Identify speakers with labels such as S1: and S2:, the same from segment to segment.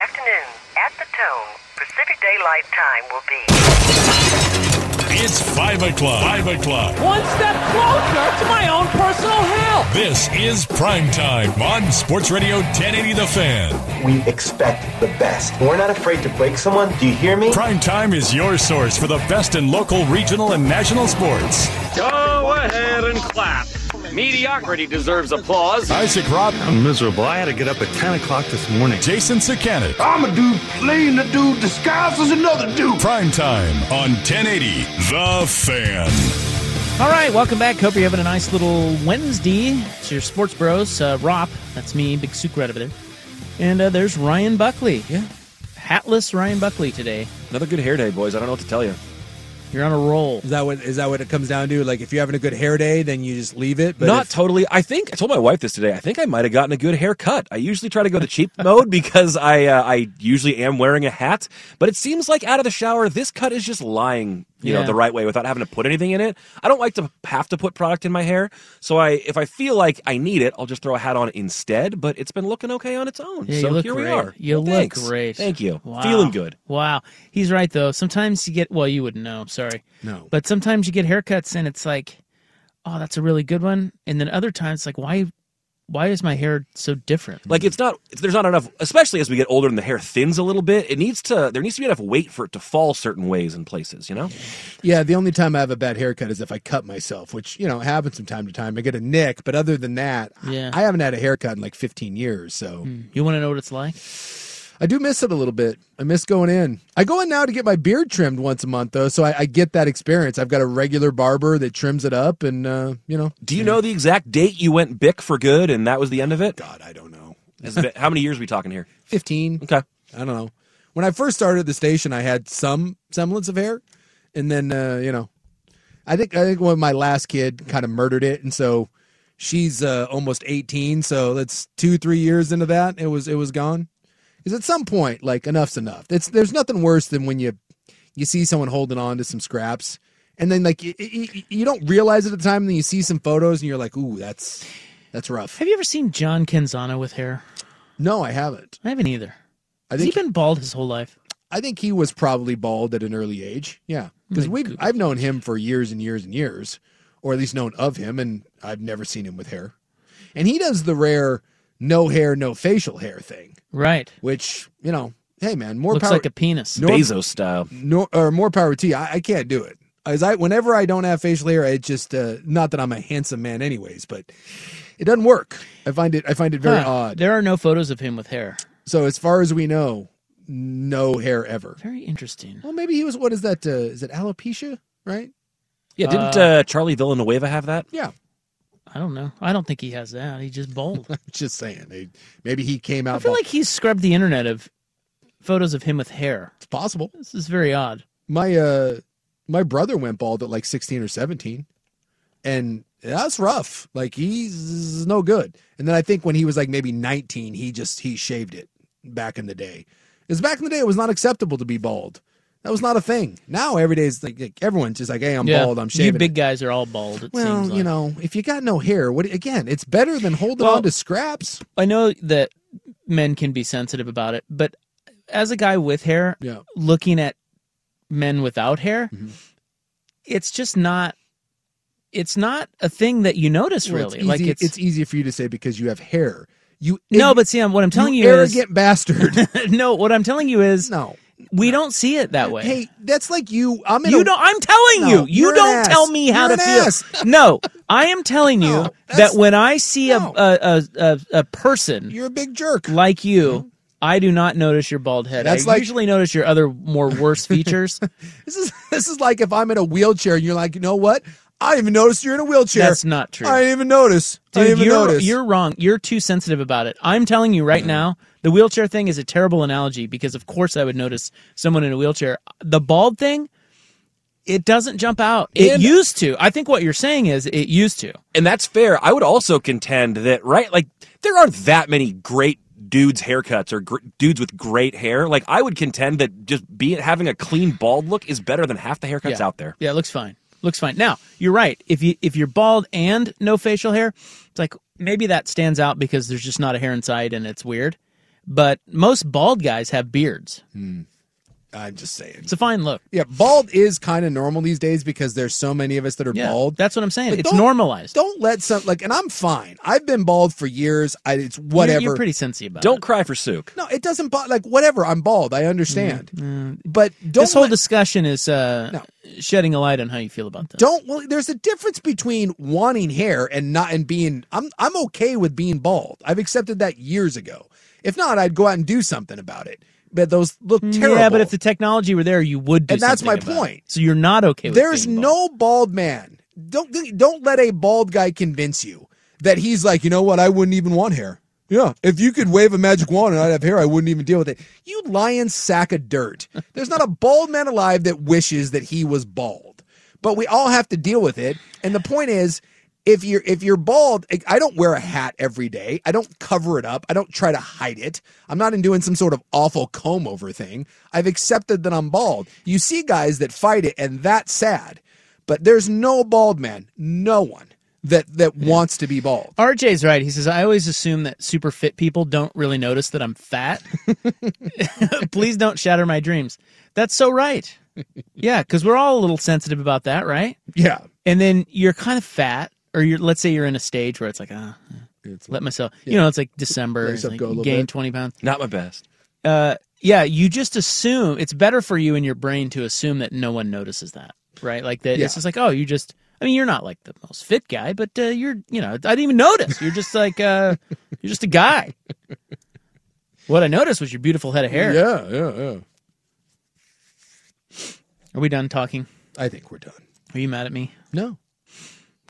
S1: Afternoon. At the tone, Pacific Daylight Time will be.
S2: It's 5 o'clock. 5 o'clock.
S3: One step closer to my own personal hell.
S2: This is prime time on Sports Radio 1080 The Fan.
S4: We expect the best. We're not afraid to break someone. Do you hear me?
S2: Prime time is your source for the best in local, regional, and national sports.
S5: Go ahead and clap. Mediocrity deserves applause.
S2: Isaac Rob,
S6: I'm miserable. I had to get up at 10 o'clock this morning.
S2: Jason Sakanik.
S7: I'm a dude playing a dude disguised as another dude.
S2: Prime time on 1080 The Fan.
S8: All right, welcome back. Hope you're having a nice little Wednesday. It's your sports bros, uh, Rop. That's me, Big Souk right over there. And uh, there's Ryan Buckley. Yeah. Hatless Ryan Buckley today.
S9: Another good hair day, boys. I don't know what to tell you.
S8: You're on a roll.
S10: Is that what is that what it comes down to? Like if you're having a good hair day, then you just leave it. But
S9: Not
S10: if-
S9: totally. I think I told my wife this today. I think I might have gotten a good haircut. I usually try to go the cheap mode because I uh, I usually am wearing a hat, but it seems like out of the shower this cut is just lying, you know,
S8: Yeah.
S9: the right way without having to put anything in it. I don't like to have to put product in my hair, so I if I feel like I need it, I'll just throw a hat on instead, but it's been looking okay on its own.
S8: Yeah,
S9: so
S8: you look
S9: here
S8: great.
S9: we are.
S8: You
S9: Well,
S8: look
S9: thanks.
S8: great.
S9: Thank you.
S8: Wow.
S9: Feeling good.
S8: Wow. He's right, though. Sometimes you get, well, you wouldn't know. I'm sorry.
S10: No.
S8: But sometimes you get haircuts and it's like, oh, that's a really good one. And then other times, it's like, why, why is my hair so different?
S9: Like it's not there's not enough especially as we get older and the hair thins a little bit, it needs to there needs to be enough weight for it to fall certain ways and places, you know?
S10: yeah, the only time I have a bad haircut is if I cut myself, which you know happens from time to time. I get a nick, but other than that, I-
S8: Yeah. Hmm.
S10: I haven't had a haircut in like 15 years. So
S8: you want to know what it's like?
S10: I do miss it a little bit. I miss going in. I go in now to get my beard trimmed once a month though, so I, I get that experience. I've got a regular barber that trims it up, and uh, you know,
S9: Do you know the exact date you went bic for good and that was the end of it?
S10: God, I don't know,
S9: Has it been- how many years are we talking here?
S10: 15.
S9: Okay.
S10: I don't know. When I first started at the station, I had some semblance of hair, and then uh, you know, I think I think when my last kid kind of murdered it, and so she's uh, almost eighteen, so that's two three years into that. It was it was gone. Because at some point, like enough's enough. It's there's nothing worse than when you you see someone holding on to some scraps, and then like you, you, you don't realize it at the time, and then you see some photos, and you're like, ooh, that's that's rough.
S8: Have you ever seen John Canzano with hair?
S10: No, I haven't.
S8: I haven't either.
S10: I
S8: Has he
S10: think
S8: been bald his whole life?
S10: I think he was probably bald at an early age. Yeah, because
S8: My
S10: we have
S8: goodness.
S10: I've known him for years and years and years, or at least known of him, and I've never seen him with hair. And he does the rare no hair, no facial hair thing,
S8: Right.
S10: which you know, hey man, more
S8: Looks
S10: power,
S8: like a penis.
S10: Nor-
S9: Bezos style.
S10: nor, or more power to you. I, I can't do it. As I, whenever I don't have facial hair, it just uh, not that I'm a handsome man, anyways, but it doesn't work. I find it I find it very
S8: Huh.
S10: odd.
S8: There are no photos of him with hair.
S10: So as far as we know, no hair ever.
S8: Very interesting.
S10: Well, maybe he was. What is that? Uh, is it alopecia? Right?
S9: Yeah, didn't uh,
S8: Uh,
S9: Charlie Villanueva have that?
S10: Yeah.
S8: I don't know. I don't think he has that. He's just bald.
S10: Just saying. They, maybe he came out.
S8: I feel
S10: bald.
S8: like he's scrubbed the internet of photos of him with hair.
S10: it's possible.
S8: This is very odd.
S10: My uh, my brother went bald at like sixteen or seventeen, and that's rough. Like he's no good. And then I think when he was like maybe nineteen, he just he shaved it. back in the day. Because back in the day, it was not acceptable to be bald. That was not a thing. Now every day is like, like everyone's just like, hey, I'm
S8: Yeah.
S10: bald. I'm
S8: You
S10: shaving.
S8: big guys are all bald. It
S10: well,
S8: seems like.
S10: you know, if you got no hair, what again? It's better than holding
S8: Well-
S10: on to scraps.
S8: I know that men can be sensitive about it, but as a guy with hair,
S10: Yeah. Mm-hmm.
S8: looking at men without hair, it's just not. It's not a thing that you notice
S10: Well,
S8: really.
S10: it's easy,
S8: like it's,
S10: easy for you to say because you have hair. You
S8: no, but see, I'm- what I'm telling you,
S10: arrogant bastard.
S8: is no. What I'm telling you is
S10: no.
S8: We don't see it that way.
S10: hey, that's like you. I'm in
S8: you
S10: a-
S8: don't. I'm telling
S10: No,
S8: you. You
S10: you're an
S8: don't
S10: ass.
S8: tell me how
S10: You're
S8: to
S10: an
S8: feel.
S10: ass.
S8: No, I am telling you that when I see a- a, a, a a person,
S10: you're a big jerk
S8: like you. I do not notice your bald head.
S10: That's
S8: I
S10: like-
S8: usually notice your other more worse features.
S10: This is this is like if I'm in a wheelchair and you're like, you know what? I didn't even notice you're in a wheelchair.
S8: That's not true.
S10: I didn't even notice. I
S8: Dude,
S10: didn't even
S8: you're
S10: notice. Mm-hmm.
S8: you're wrong. You're too sensitive about it. I'm telling you right now, the wheelchair thing is a terrible analogy because of course I would notice someone in a wheelchair. The bald thing, it doesn't jump out. It
S9: And-
S8: used to. I think what you're saying is it used to.
S9: And that's fair. I would also contend that, right? Like, there aren't that many great dudes' haircuts or gr- dudes with great hair. Like, I would contend that just being having a clean bald look is better than half the haircuts
S8: yeah.
S9: out there.
S8: Yeah, it looks fine. Looks fine. Now, you're right. If you if you're bald and no facial hair, it's like maybe that stands out because there's just not a hair inside and it's weird. But most bald guys have beards.
S10: I'm just saying.
S8: It's a fine look.
S10: yeah, bald is kind of normal these days because there's so many of us that are
S8: Yeah,
S10: bald.
S8: That's what I'm saying.
S10: But
S8: it's
S10: don't-
S8: normalized.
S10: Don't let some like, and I'm fine. I've been bald for years. I, it's whatever.
S8: You're, you're pretty sensitive about
S9: Don't cry for Sook.
S10: no, it doesn't bother. Like whatever. I'm bald. I understand. But
S8: it.
S10: don't
S8: Mm, This whole
S10: let-
S8: discussion is uh, shedding a light on how you feel about this.
S10: don't. Well, there's a difference between wanting hair and not and being. I'm I'm okay with being bald. I've accepted that years ago. If not, I'd go out and do something about it. But those look terrible.
S8: Mm, Yeah, but if the technology were there, you would do
S10: And that's
S8: something
S10: my
S8: about it.
S10: point.
S8: So you're not okay with
S10: There's
S8: being bald.
S10: no bald man. Don't don't let a bald guy convince you that he's like, you know what, I wouldn't even want hair. Yeah, if you could wave a magic wand and I'd have hair, I wouldn't even deal with it. You lion sack of dirt. There's not a bald man alive that wishes that he was bald. But we all have to deal with it. And the point is, if you're if you're bald, I- I don't wear a hat every day. I don't cover it up. I don't try to hide it. I'm not in doing some sort of awful comb over thing. I've accepted that I'm bald. You see guys that fight it, and that's sad. But there's no bald man, no one that that wants to be bald.
S8: RJ's right. He says, I always assume that super fit people don't really notice that I'm fat. Please don't shatter my dreams. That's so right. Yeah, because we're all a little sensitive about that, right?
S10: Yeah,
S8: And then you're kind of fat, or you're let's say you're in a stage where it's like, ah, let myself, you know, it's like December,
S9: Let
S8: it's
S9: yourself
S8: like
S9: go a
S8: you
S9: little
S8: gain
S9: bit.
S8: 20 pounds.
S9: Not my best.
S8: Uh, yeah, you just assume it's better for you and your brain to assume that no one notices that, right? Like that
S9: Yeah.
S8: it's just like, oh, you just. I mean, you're not like the most fit guy, but uh, you're, you know, I didn't even notice. You're just like, uh, you're just a guy. What I noticed was your beautiful head of hair.
S10: Yeah, yeah, yeah.
S8: Are we done talking?
S10: I think we're done.
S8: Are you mad at me?
S10: No.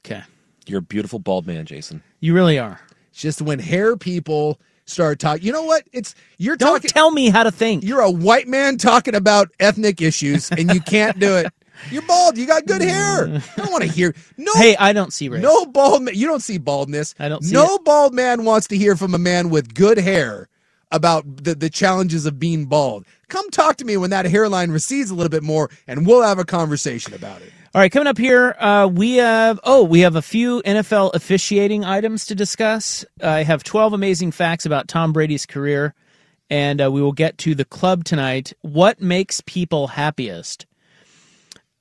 S8: Okay.
S9: You're a beautiful bald man, Jason.
S8: You really are.
S10: It's just when hair people start talking. You know what? It's you're
S8: Don't
S10: talking.
S8: tell me how to think.
S10: You're a white man talking about ethnic issues, and you can't do it. You're bald. You got good hair. I don't want to hear. No.
S8: Hey, I don't see race.
S10: No bald man. You don't see baldness. I
S8: don't see
S10: No bald man wants to hear from a man with good hair about the, the challenges of being bald. Come talk to me when that hairline recedes a little bit more, and we'll have a conversation about it.
S8: All right, coming up here, uh, we have oh, we have a few NFL officiating items to discuss. I have twelve amazing facts about Tom Brady's career, and uh, we will get to the club tonight. What makes people happiest?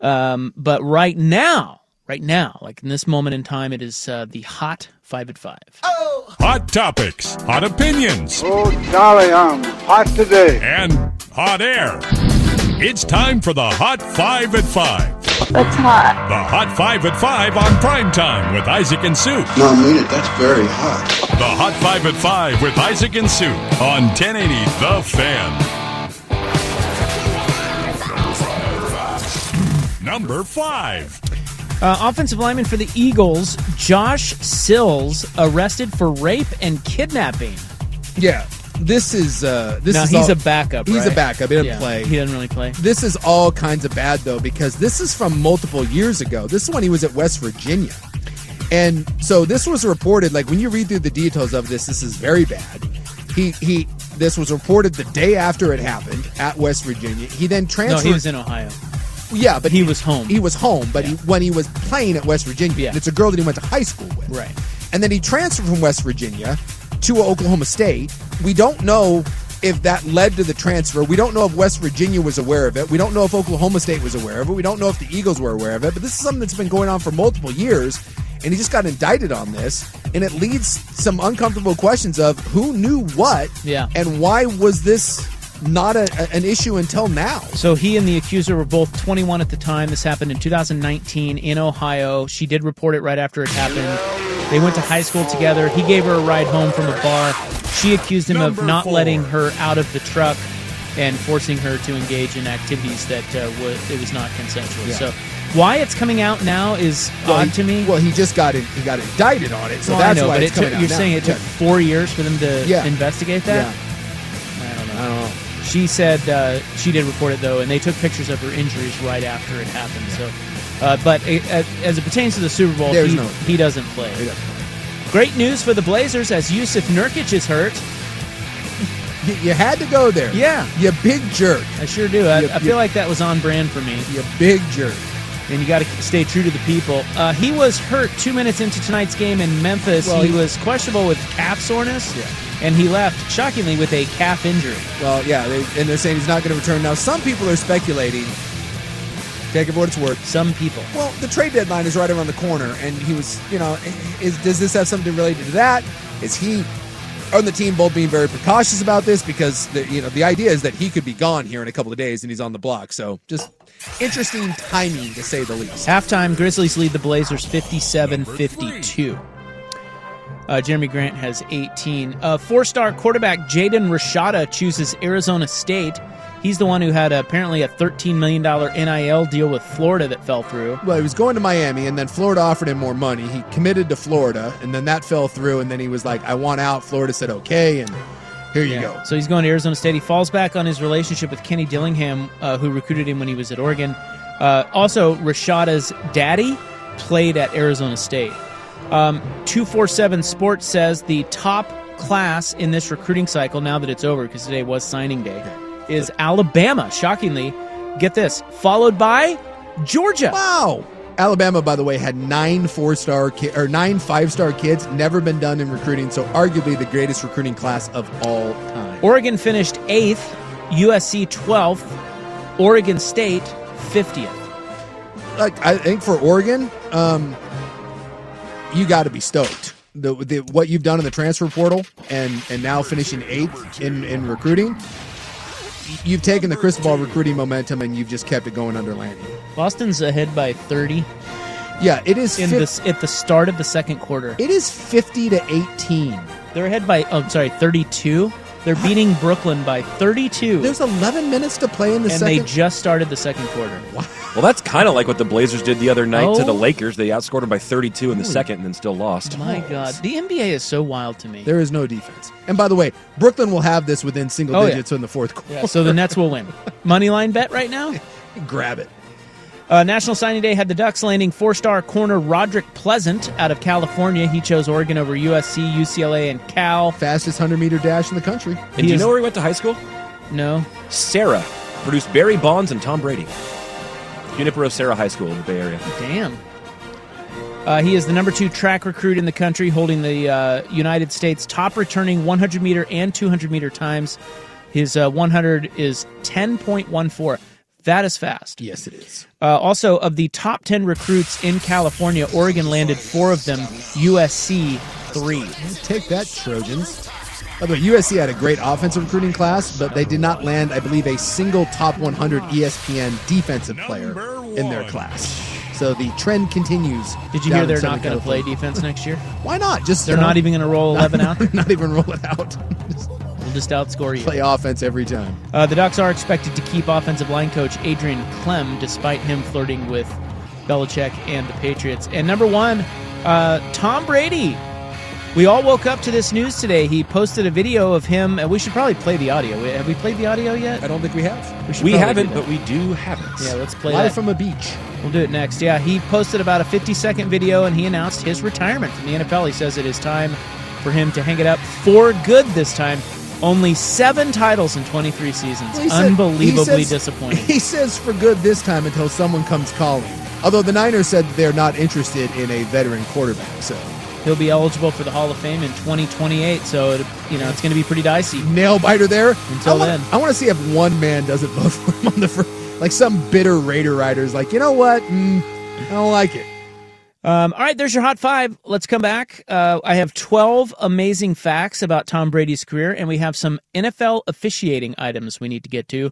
S8: Um, but right now, right now, like in this moment in time, it is uh, the hot five at five. Uh,
S2: Hot topics, hot opinions.
S11: Oh, Charlie, I'm hot today.
S2: And hot air. It's time for the Hot 5 at 5.
S11: That's hot.
S2: The Hot 5 at 5 on prime time with Isaac and Sue.
S7: No, I mean it. That's very hot.
S2: The Hot 5 at 5 with Isaac and Sue on 1080 The Fan. Number 5.
S8: Uh, offensive lineman for the Eagles, Josh Sills, arrested for rape and kidnapping.
S10: Yeah. This is uh this
S8: now
S10: is
S8: he's
S10: all-
S8: a backup.
S10: He's a
S8: right?
S10: backup. He didn't
S8: Yeah,
S10: play.
S8: He doesn't really play.
S10: This is all kinds of bad though because this is from multiple years ago. This is when he was at West Virginia. And so this was reported like when you read through the details of this this is very bad. He he This was reported the day after it happened at West Virginia. He then
S8: No,
S10: transferred.
S8: he was in Ohio.
S10: Yeah, but
S8: he, was home.
S10: He was home, but he, when he was playing at West Virginia, and it's a girl that he went to high school with.
S8: Right.
S10: And then he transferred from West Virginia to Oklahoma State. We don't know if that led to the transfer. We don't know if West Virginia was aware of it. We don't know if Oklahoma State was aware of it. We don't know if the Eagles were aware of it. But this is something that's been going on for multiple years, and he just got indicted on this. And it leads some uncomfortable questions of who knew what
S8: Yeah.
S10: and why was this not a, a- an issue until now?
S8: So he and the accuser were both 21 at the time. This happened in 2019 in Ohio. She did report it right after it happened. They went to high school together. He gave her a ride home from a bar. She accused him of
S12: Number
S8: not
S12: four.
S8: letting her out of the truck and forcing her to engage in activities that uh, was, it was not consensual.
S10: Yeah.
S8: So why it's coming out now is
S10: Well,
S8: odd
S10: he-
S8: to me.
S10: Well, he just got in, he got indicted on it, so
S8: Well,
S10: that's
S8: I know,
S10: why
S8: but
S10: it's
S8: it
S10: coming
S8: took,
S10: out
S8: you're
S10: now.
S8: saying it took
S10: Yeah.
S8: four years for them to
S10: Yeah.
S8: investigate that? I don't know. I don't know. She said uh, she did report it though, and they took pictures of her injuries right after it happened. So, uh, but it, as, as it pertains to the Super Bowl,
S10: There's
S8: he,
S10: no-
S8: he doesn't play. Great news for the Blazers as Yusuf Nurkic is hurt.
S10: You, you had to go there.
S8: Yeah,
S10: you big jerk.
S8: I sure do. I,
S10: You-
S8: I
S10: you-
S8: feel like that was on brand for me.
S10: You big jerk.
S8: And you got to stay true to the people. Uh, he was hurt two minutes into tonight's game in Memphis.
S10: Well,
S8: he,
S10: he-
S8: was questionable with calf soreness, and he left shockingly with a calf injury.
S10: Well, yeah, they, and they're saying he's not going to return. Now, some people are speculating. Take it for what it's worth.
S8: Some people.
S10: Well, the trade deadline is right around the corner, and he was, you know, is does this have something related to that? Is he on the team both being very precautious about this because the, you know the idea is that he could be gone here in a couple of days and he's on the block. So just interesting timing to say the least.
S8: Halftime, Grizzlies lead the Blazers 57 52. Uh, Jeremy Grant has 18. Uh, Four star quarterback Jaden Rashada chooses Arizona State. He's the one who had apparently a $13 million NIL deal with Florida that fell through.
S10: Well, he was going to Miami, and then Florida offered him more money. He committed to Florida, and then that fell through. And then he was like, "I want out." Florida said, "Okay," and here you go.
S8: So he's going to Arizona State. He falls back on his relationship with Kenny Dillingham, uh, who recruited him when he was at Oregon. Uh, also, Rashada's daddy played at Arizona State. Um, 247 Sports says the top class in this recruiting cycle, now that it's over, because today was signing day, is Alabama, shockingly. Get this, followed by Georgia.
S10: Wow. Alabama, by the way, had nine four-star ki- or nine five-star kids. Never been done in recruiting, so arguably the greatest recruiting class of all time.
S8: Oregon finished eighth, USC 12th, Oregon State 50th.
S10: Like I think for Oregon, um, you got to be stoked. The, the what you've done in the transfer portal and and now finishing eighth in in recruiting. y- You've taken the crystal ball recruiting momentum and you've just kept it going under landing.
S8: Boston's ahead by 30.
S10: Yeah, it is
S8: in
S10: fif-
S8: this at the start of the second quarter.
S10: It is 50 to 18.
S8: They're ahead by oh, I'm sorry, 32. They're beating Brooklyn by 32.
S10: There's 11 minutes to play in the
S8: and
S10: second.
S8: they just started the second quarter.
S9: Well, that's kind of like what the Blazers did the other night to
S8: Oh.
S9: the Lakers. They outscored them by 32 in the
S8: Holy
S9: second and then still lost.
S8: My God, the NBA is so wild to me.
S10: There is no defense. And by the way, Brooklyn will have this within single
S8: Oh, yeah.
S10: digits in the fourth quarter.
S8: Yeah, so the Nets will win. Money line bet right now.
S10: grab it.
S8: Uh, National Signing Day had the Ducks landing four-star corner Roderick Pleasant out of California. He chose Oregon over USC, UCLA, and Cal.
S10: Fastest hundred meter dash in the country.
S9: And do you know where he went to high school?
S8: No.
S9: Sarah produced Barry Bonds and Tom Brady. Junipero Serra High School in the Bay Area.
S8: Damn. Uh, he is the number two track recruit in the country, holding the uh, United States' top returning 100 meter and 200 meter times. His uh, 100 is 10.14. That is fast.
S10: Yes, it is.
S8: Uh, also, of the top 10 recruits in California, Oregon landed four of them, USC three.
S10: Take that, Trojans. By the way, USC had a great offensive recruiting class, but they did not land, I believe, a single top E 100 ESPN defensive player in their class. So the trend continues.
S8: Did
S10: down
S8: you hear
S10: in
S8: they're
S10: Southern
S8: not going to play
S10: California.
S8: defense next year?
S10: Why not? Just
S8: They're
S10: you know,
S8: not even going to roll 11 out?
S10: not even roll it out.
S8: We'll just outscore you.
S10: Play offense every time.
S8: Uh, the Ducks are expected to keep offensive line coach Adrian Clem, despite him flirting with Belichick and the Patriots. And number one, uh, Tom Brady. We all woke up to this news today. He posted a video of him, and we should probably play the audio. We- Have we played the audio yet?
S10: I don't think we have.
S8: should
S9: We
S8: probably
S9: haven't,
S8: do that.
S9: but we do have it.
S8: Yeah, let's play
S10: Live
S8: that.
S10: from a beach.
S8: We'll do it next. Yeah, he posted about a 50 second video and he announced his retirement from the NFL. He says it is time for him to hang it up for good this time. Only seven titles in 23 seasons.
S10: He said-
S8: Unbelievably
S10: he says-
S8: disappointing.
S10: He says for good this time until someone comes calling. Although the Niners said they're not interested in a veteran quarterback, so
S8: He'll be eligible for the Hall of Fame in 2028, so it, you know it's going to be pretty dicey.
S10: nail biter there.
S8: Until
S10: I wa-
S8: then.
S10: I want to see if one man doesn't vote for him on the first. Like some bitter Raider rider's like, you know what? Mm, I don't like it.
S8: Um, all right, there's your hot five. Let's come back. Uh, I have 12 amazing facts about Tom Brady's career, and we have some NFL officiating items we need to get to.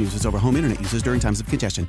S13: users over home internet users during times of congestion.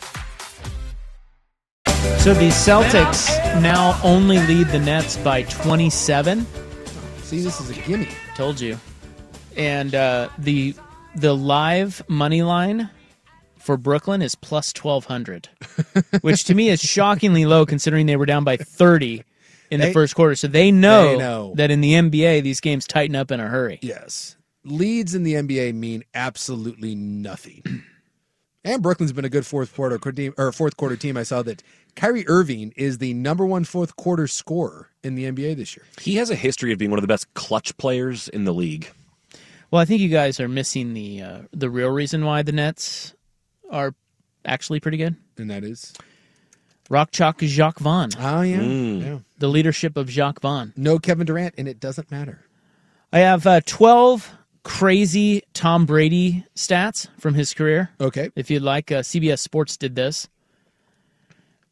S8: So the Celtics now only lead the Nets by 27.
S10: See, this is a gimme.
S8: Told you. And uh, the the live money line for Brooklyn is plus 1200, which to me is shockingly low considering they were down by 30 in the
S10: They-
S8: first quarter. So they know,
S10: they know.
S8: that in the NBA these games tighten up in a hurry.
S10: Yes. Leads in the NBA mean absolutely nothing. and Brooklyn's been a good fourth quarter co- team- or fourth quarter team. I saw that Kyrie Irving is the number one fourth quarter scorer in the NBA this year.
S9: He has a history of being one of the best clutch players in the league.
S8: Well, I think you guys are missing the uh, the real reason why the Nets are actually pretty good.
S10: And that is
S8: Rock Chalk Jacques Vaughn.
S10: Oh yeah. yeah.
S8: The leadership of Jacques Vaughn.
S10: No Kevin Durant, and it doesn't matter.
S8: I have uh, 12 crazy Tom Brady stats from his career.
S10: Okay.
S8: If you'd like, uh, CBS Sports did this.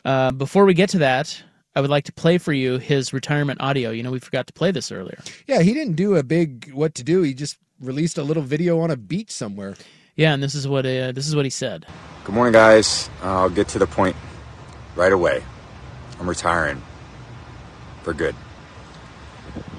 S8: Uh, before we get to that, I would like to play for you his retirement audio. You know, we forgot to play this earlier.
S10: Yeah, he didn't do a big what to do. He just released a little video on a beach somewhere.
S8: Yeah, and this is what uh, this is what he said.
S14: Good morning, guys. Uh, I'll get to the point right away. I'm retiring for good.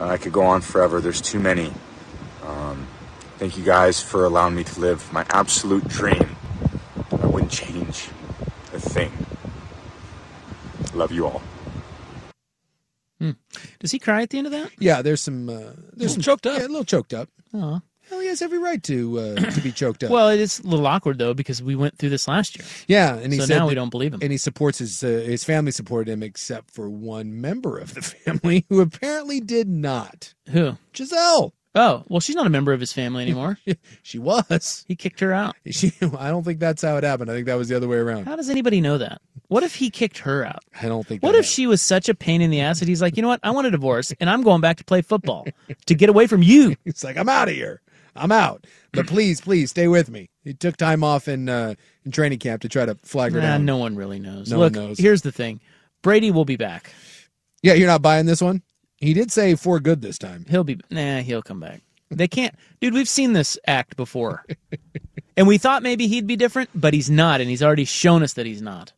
S14: Uh, I could go on forever. There's too many. Um, thank you guys for allowing me to live my absolute dream. I wouldn't change a thing. Love you all.
S8: Does he cry at the end of that?
S10: Yeah, there's some. Uh, there's some choked up. Yeah, a little choked up.
S8: Oh.
S10: Hell, he has every right to uh, to be choked up.
S8: Well, it is a little awkward though because we went through this last year.
S10: Yeah, and he
S8: so
S10: said
S8: now
S10: that-
S8: we don't believe him.
S10: and he supports his uh, his family supported him except for one member of the family who apparently did not.
S8: Who?
S10: Giselle.
S8: Oh, well, she's not a member of his family anymore.
S10: she was.
S8: He kicked her out.
S10: She, I don't think that's how it happened. I think that was the other way around.
S8: How does anybody know that? What if he kicked her out?
S10: I don't think.
S8: What if she was such a pain in the ass that he's like, you know what? I want a divorce and I'm going back to play football to get away from you.
S10: It's like, I'm out of here. I'm out. But please, please stay with me. He took time off in uh, in training camp to try to flag her
S8: Nah,
S10: down.
S8: no one really knows.
S10: No
S8: Look,
S10: one knows.
S8: here's the thing Brady will be back.
S10: Yeah, you're not buying this one. He did say for good this time.
S8: He'll be nah, he'll come back. They can't dude, we've seen this act before. and we thought maybe he'd be different, but he's not, and he's already shown us that he's not.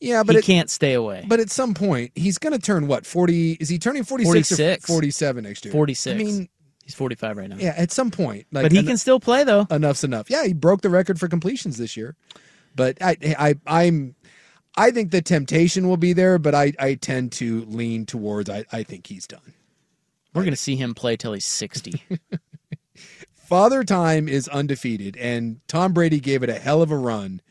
S10: Yeah, but
S8: he
S10: it-
S8: can't stay away.
S10: But at some point, he's going to turn what forty? Is he turning forty six
S8: 46.
S10: or forty seven next year?
S8: Forty six.
S10: I mean,
S8: he's forty five right now.
S10: yeah, at some point, like,
S8: but he
S10: en-
S8: can still play though.
S10: Enough's enough. Yeah, he broke the record for completions this year. But I, I, I'm, I think the temptation will be there, but I, I tend to lean towards. I, I think he's done.
S8: We're gonna see him play till he's sixty.
S10: Father Time is undefeated, and Tom Brady gave it a hell of a run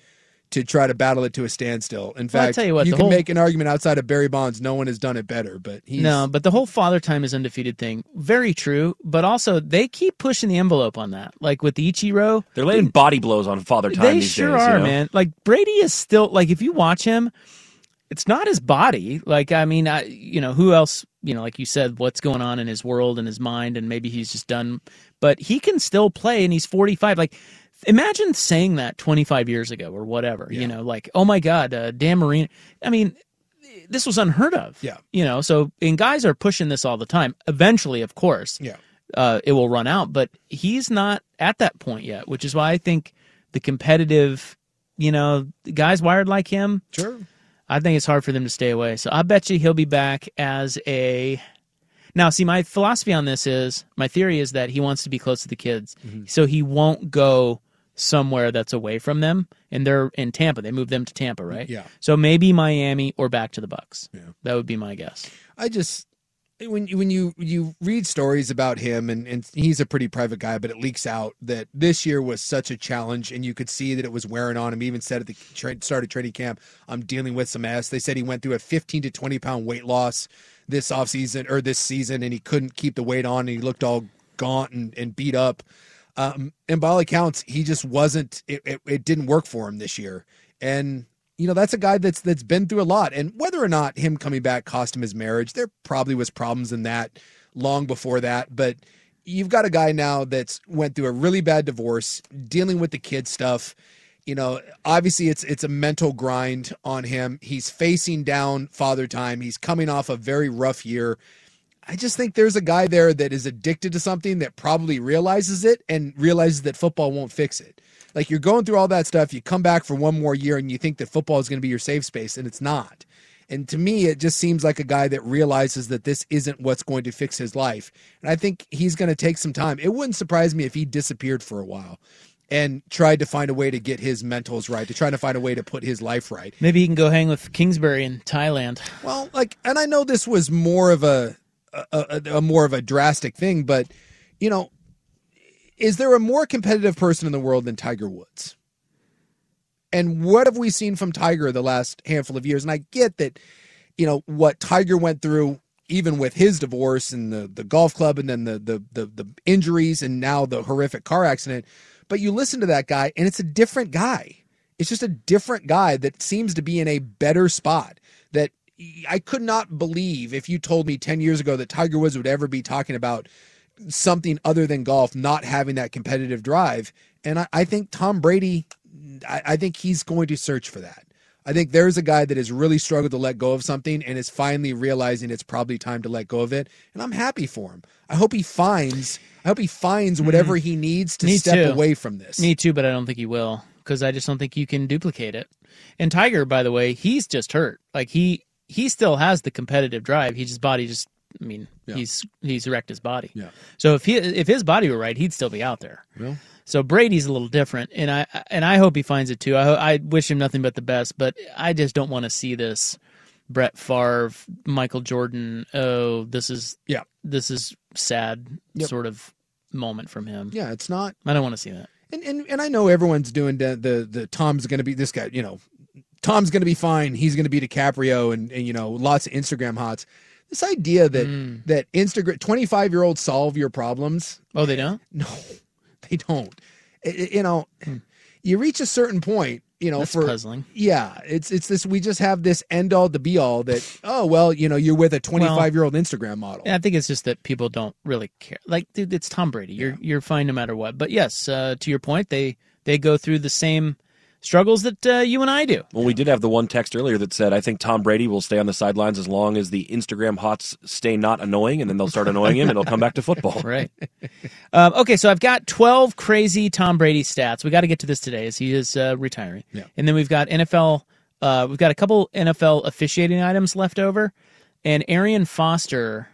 S10: to try to battle it to a standstill. In
S8: Well, I
S10: fact,
S8: tell you what, the
S10: can
S8: whole-
S10: make an argument outside of Barry Bonds. No one has done it better, but he's
S8: no, but the whole father time is undefeated thing, very true. But also they keep pushing the envelope on that. Like with the Ichiro.
S9: They're laying body blows on Father Time
S8: They
S9: these
S8: sure
S9: days. you
S8: are,
S9: know?
S8: man. Like Brady is still like if you watch him, it's not his body. Like I mean, I you know who else? You know, like you said, what's going on in his world and his mind, and maybe he's just done. But he can still play, and he's forty five. Like imagine saying that twenty five years ago or whatever. You know, like oh my god, uh, Dan Marino. I mean. This was unheard of.
S10: Yeah.
S8: You know, so, and guys are pushing this all the time. Eventually, of course,
S10: yeah.
S8: uh, it will run out. But he's not at that point yet, which is why I think the competitive, you know, guys wired like him.
S10: Sure.
S8: I think it's hard for them to stay away. So I bet you he'll be back as a. Now, see, my philosophy on this is my theory is that he wants to be close to the kids, so he won't go somewhere that's away from them. And they're in Tampa. They moved them to Tampa, right?
S10: Yeah.
S8: So maybe Miami or back to the Bucks. Yeah. That would be my guess.
S10: I just when you- when you you read stories about him and and he's a pretty private guy, but it leaks out that this year was such a challenge, and you could see that it was wearing on him. He even said at the tra- start of training camp, "I'm dealing with some mess." They said he went through a 15 to 20 pound weight loss this offseason or this season, and he couldn't keep the weight on, and he looked all gaunt and, and beat up. Um, and by all accounts, he just wasn't. It, it, it didn't work for him this year, and you know that's a guy that's that's been through a lot. And whether or not him coming back cost him his marriage, there probably was problems in that long before that. But you've got a guy now that's went through a really bad divorce, dealing with the kid stuff. You know, obviously it's it's a mental grind on him. He's facing down father time. He's coming off a very rough year. I just think there's a guy there that is addicted to something that probably realizes it and realizes that football won't fix it. Like you're going through all that stuff, you come back for one more year and you think that football is going to be your safe space, and it's not. And to me, it just seems like a guy that realizes that this isn't what's going to fix his life. And I think he's going to take some time. It wouldn't surprise me if he disappeared for a while and tried to find a way to get his mentals right, to try to find a way to put his life right.
S8: Maybe he can go hang with Kingsbury in Thailand.
S10: Well, like, and I know this was more of a a, a, a more of a drastic thing, but you know, is there a more competitive person in the world than Tiger Woods? And what have we seen from Tiger the last handful of years? And I get that, you know, what Tiger went through, even with his divorce and the the golf club, and then the the the, the injuries, and now the horrific car accident. But you listen to that guy, and it's a different guy. It's just a different guy that seems to be in a better spot. That I could not believe if you told me 10 years ago that Tiger Woods would ever be talking about something other than golf, not having that competitive drive. And I, I think Tom Brady, I, I think he's going to search for that. I think there's a guy that has really struggled to let go of something and is finally realizing it's probably time to let go of it. And I'm happy for him. I hope he finds, I hope he finds whatever he needs to
S8: Mm-hmm. Me
S10: step
S8: too.
S10: away from this.
S8: Me too, but I don't think he will because I just don't think you can duplicate it. And Tiger, by the way, he's just hurt. Like he he still has the competitive drive. He just body just. I mean, he's he's wrecked his body.
S10: Yeah.
S8: So if he if his body were right, he'd still be out there.
S10: Well,
S8: So Brady's a little different, and I and I hope he finds it too. I ho- I wish him nothing but the best, but I just don't want to see this Brett Favre, Michael Jordan. Oh, this is
S10: yeah,
S8: this is sad
S10: Yep.
S8: sort of moment from him.
S10: yeah, it's not,
S8: I don't want to see that.
S10: and and, and I know everyone's doing the the, the Tom's going to be this guy. You know, Tom's going to be fine. He's going to be DiCaprio, and, and you know, lots of Instagram hots. This idea that
S8: Hmm.
S10: that Instagram 25 year olds solve your problems.
S8: Oh, they don't?
S10: No, they don't. I- I- you know, you reach a certain point, you know,
S8: Hmm. That's
S10: for
S8: puzzling.
S10: Yeah, it's it's this we just have this end all to be all that oh, well, you know, you're with a 25 year old Instagram model.
S8: Yeah, I think it's just that people don't really care. Like, dude, it's Tom Brady. You're you're fine no matter what. But yes, uh, to your point, they they go through the same struggles that uh, you and I do.
S9: Well, we did have the one text earlier that said, "I think Tom Brady will stay on the sidelines as long as the Instagram hots stay not annoying, and then they'll start annoying him, and he'll come back to football."
S8: Right. Um, okay, so I've got 12 crazy Tom Brady stats. We got to get to this today as he is uh, retiring.
S10: Yeah.
S8: And then we've got NFL, uh, we've got a couple NFL officiating items left over, and Arian Foster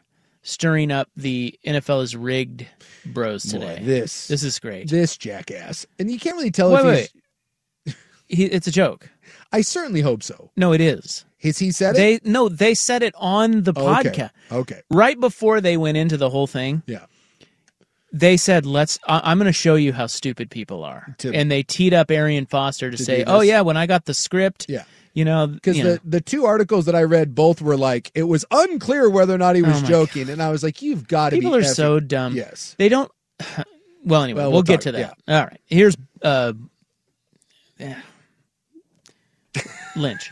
S8: stirring up the NFL is rigged bros today.
S10: this-
S8: this is great.
S10: This jackass. And you can't really tell
S8: wait,
S10: if he's
S8: wait. He, it's a joke.
S10: I certainly hope so.
S8: No, it is.
S10: Has he said Oh,
S8: they, it? No, they said it on the
S10: Okay,
S8: podcast.
S10: okay.
S8: Right before they went into the whole thing.
S10: Yeah.
S8: They said, "Let's." I, I'm going to show you how stupid people are,
S10: To-
S8: and they teed up Arian Foster to,
S10: To
S8: say,
S10: do
S8: "Oh
S10: this.
S8: yeah, when I got the script,
S10: Yeah.
S8: you know,
S10: Because
S8: you know."
S10: the, the two articles that I read both were like it was unclear whether or not he was
S8: Oh my
S10: joking, and I was like, "You've got to be
S8: people are
S10: effing-
S8: so dumb.
S10: E Yes,
S8: they don't. Well, anyway,
S10: Well,
S8: we'll,
S10: we'll
S8: get
S10: talk-
S8: to that. All right, here's uh, yeah. Lynch.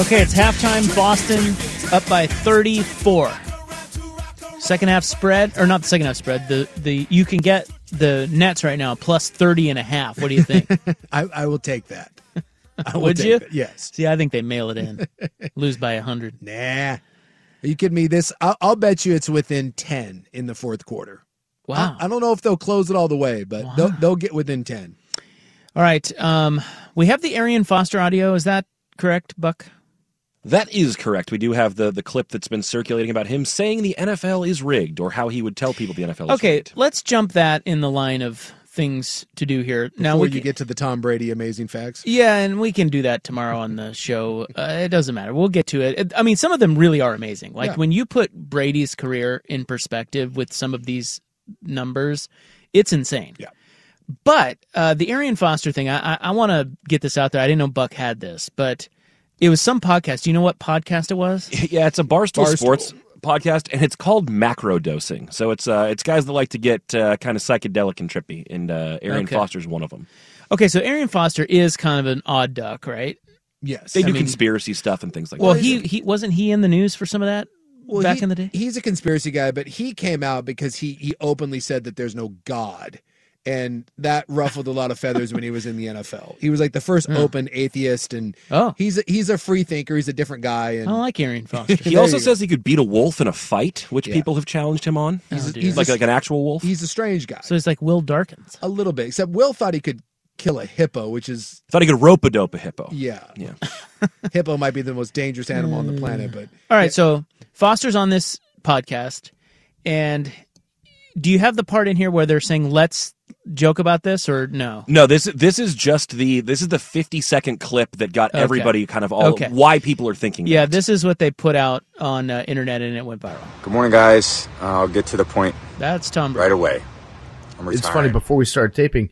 S8: Okay, it's halftime. Boston up by 34. Second half spread, or not the second half spread. The the you can get the Nets right now plus 30 and a half. What do you think?
S10: I, I will take that. I will
S8: Would
S10: take
S8: you?
S10: it, Yes.
S8: See, I think they mail it in. Lose by 100.
S10: Nah. Are you kidding me? This I'll, I'll bet you it's within ten in the fourth quarter.
S8: Wow.
S10: I, I don't know if they'll close it all the way, but they'll they'll get within ten.
S8: All right. Um, we have the Arian Foster audio. Is that correct, Buck?
S9: That is correct. We do have the the clip that's been circulating about him saying the NFL is rigged, or how he would tell people the NFL. is rigged.
S8: Okay, let's jump that in the line of things to do here. now
S10: Before
S8: we
S10: you
S8: can-
S10: get to the Tom Brady amazing facts.
S8: Yeah, and we can do that tomorrow on the show. Uh, it doesn't matter. We'll get to it. it. I mean, some of them really are amazing. Like
S10: Yeah.
S8: when you put Brady's career in perspective with some of these numbers, it's insane. Yeah. But uh, the Arian Foster thing, I, I, I want to get this out there. I didn't know Buck had this, but it was some podcast. Do you know what podcast it was?
S9: yeah, it's a Barstool, Sports podcast, and it's called Macro Dosing. So it's uh, it's guys that like to get uh, kind of psychedelic and trippy, and uh, Aaron
S8: Okay.
S9: Foster's one of them.
S8: Okay, so Arian Foster is kind of an odd duck, right?
S10: Yes.
S9: They
S8: I
S9: do
S8: mean-
S9: conspiracy stuff and things like
S8: well,
S9: that.
S8: he, he wasn't he in the news for some of that back
S10: he-
S8: in the day.
S10: He's a conspiracy guy, but he came out because he he openly said that there's no God. And that ruffled a lot of feathers when he was in the NFL. He was like the first
S8: Huh.
S10: open atheist, and
S8: oh,
S10: he's a, he's a free thinker. He's a different guy. And
S8: I like Arian Foster.
S9: He also says he could beat a wolf in a fight, which people have challenged him on.
S10: He's- dear.
S9: he's like
S10: he's a-
S9: like an actual wolf.
S10: he's a strange guy.
S8: Oh, So he's like Will Darkins.
S10: A little bit, except Will thought he could kill a hippo, which is
S9: Thought he could rope a dope a hippo.
S10: yeah,
S9: yeah.
S10: hippo might be the most dangerous animal on
S8: Hmm.
S10: the planet, but
S8: All right, so Foster's on this podcast, and do you have the part in here where they're saying let's joke about this or no?
S9: No, this this is just the this is the 50 second clip that got
S8: Okay.
S9: everybody kind of all
S8: Okay.
S9: why people are thinking.
S8: Yeah, this is what they put out on uh, internet, and it went viral.
S14: Good morning, guys. I'll get to the point
S8: That's Tom. Brady.
S14: right away. I'm retiring.
S15: It's funny. Before we started taping,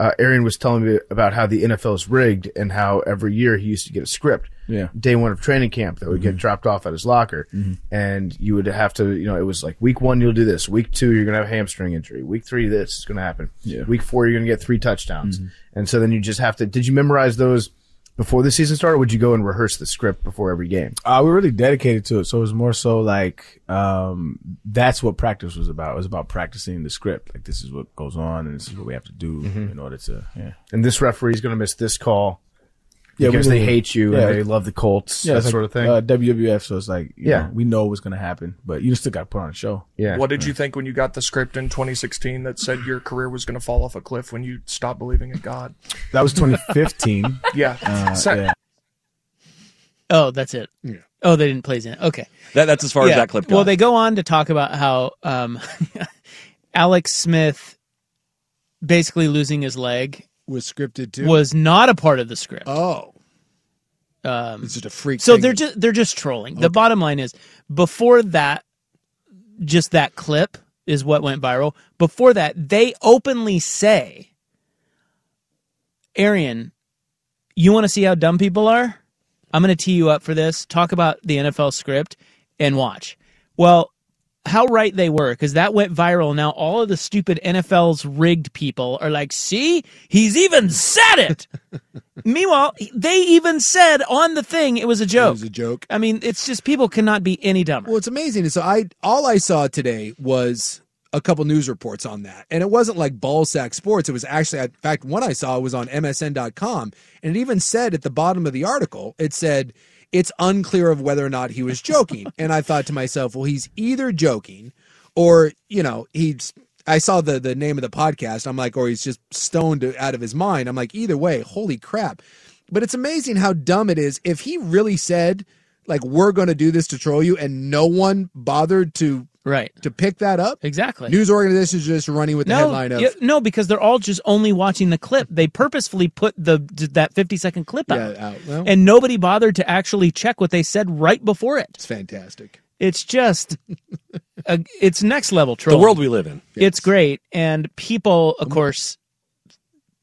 S15: uh, Arian was telling me about how the NFL is rigged and how every year he used to get a script.
S16: Yeah. Mm-hmm.
S15: Day one of training camp that would get dropped off at his locker, and you would have to, you know, it was like week one you'll do this, week two you're gonna have a hamstring injury, week three this is gonna happen,
S16: Yeah. Mm-hmm.
S15: week four you're gonna get three touchdowns, and so then you just have to. Did you memorize those? before the season started? Would you go and rehearse the script before every game?
S16: Uh, we were really dedicated to it, so it was more so like um, that's what practice was about. It was about practicing the script. Like this is what goes on, and this is what we have to do in order to. Yeah,
S15: And this referee's going to miss this call
S16: Yeah, we
S15: because they
S16: knew.
S15: hate you
S16: Yeah.
S15: and they love the Colts,
S16: yeah,
S15: that
S16: it's
S15: sort
S16: like,
S15: of thing.
S16: Uh, WWF, so it's like you
S15: Yeah.
S16: know, we know what's gonna happen, but you still got to put on a show.
S17: What did you think when you got the script in 2016 that said your career was going to fall off a cliff when you stopped believing in God?
S16: That was 2015.
S17: Yeah.
S16: Uh,
S17: Sa-
S16: yeah.
S8: Oh, that's it. Oh, they didn't play Xan. Okay.
S9: That- that's as far as that clip
S8: Well,
S9: got.
S8: they go on to talk about how um, Alex Smith basically losing his leg
S10: was scripted too.
S8: was not a part of the script.
S10: Oh.
S8: Um,
S10: it's just a freak.
S8: so
S10: thing.
S8: they're just they're just trolling. The bottom line is before that just that clip is what went viral. Before that, they openly say Arian, you want to see how dumb people are? I'm going to tee you up for this. Talk about the NFL script and watch. Well, how right they were because that went viral. Now all of the stupid NFL's rigged people are like, see, he's even said it. Meanwhile, they even said on the thing it was a joke. It was a
S10: joke.
S8: I mean, it's just people cannot be any dumber.
S10: Well, it's amazing. So I all I saw today was a couple news reports on that, and it wasn't like ballsack sports. It was actually, in fact, one I saw was on MSN.com, and it even said at the bottom of the article, it said it's unclear of whether or not he was joking. and I thought to myself, well, he's either joking, or you know, he's. I saw the the name of the podcast. I'm like, or he's just stoned out of his mind. I'm like, either way, holy crap. But it's amazing how dumb it is. If he really said, like, we're going to do this to troll you, and no one bothered to
S8: right
S10: to pick that up,
S8: exactly.
S10: News organizations are just running with the headline of
S8: yeah, no, because they're all just only watching the clip. They purposefully put the that 50 second clip
S10: Yeah,
S8: out,
S10: out. Well-
S8: and nobody bothered to actually check what they said right before it. It's
S10: fantastic.
S8: It's just, uh, it's next level trolling.
S9: world we live in.
S8: It's great, and people, of course,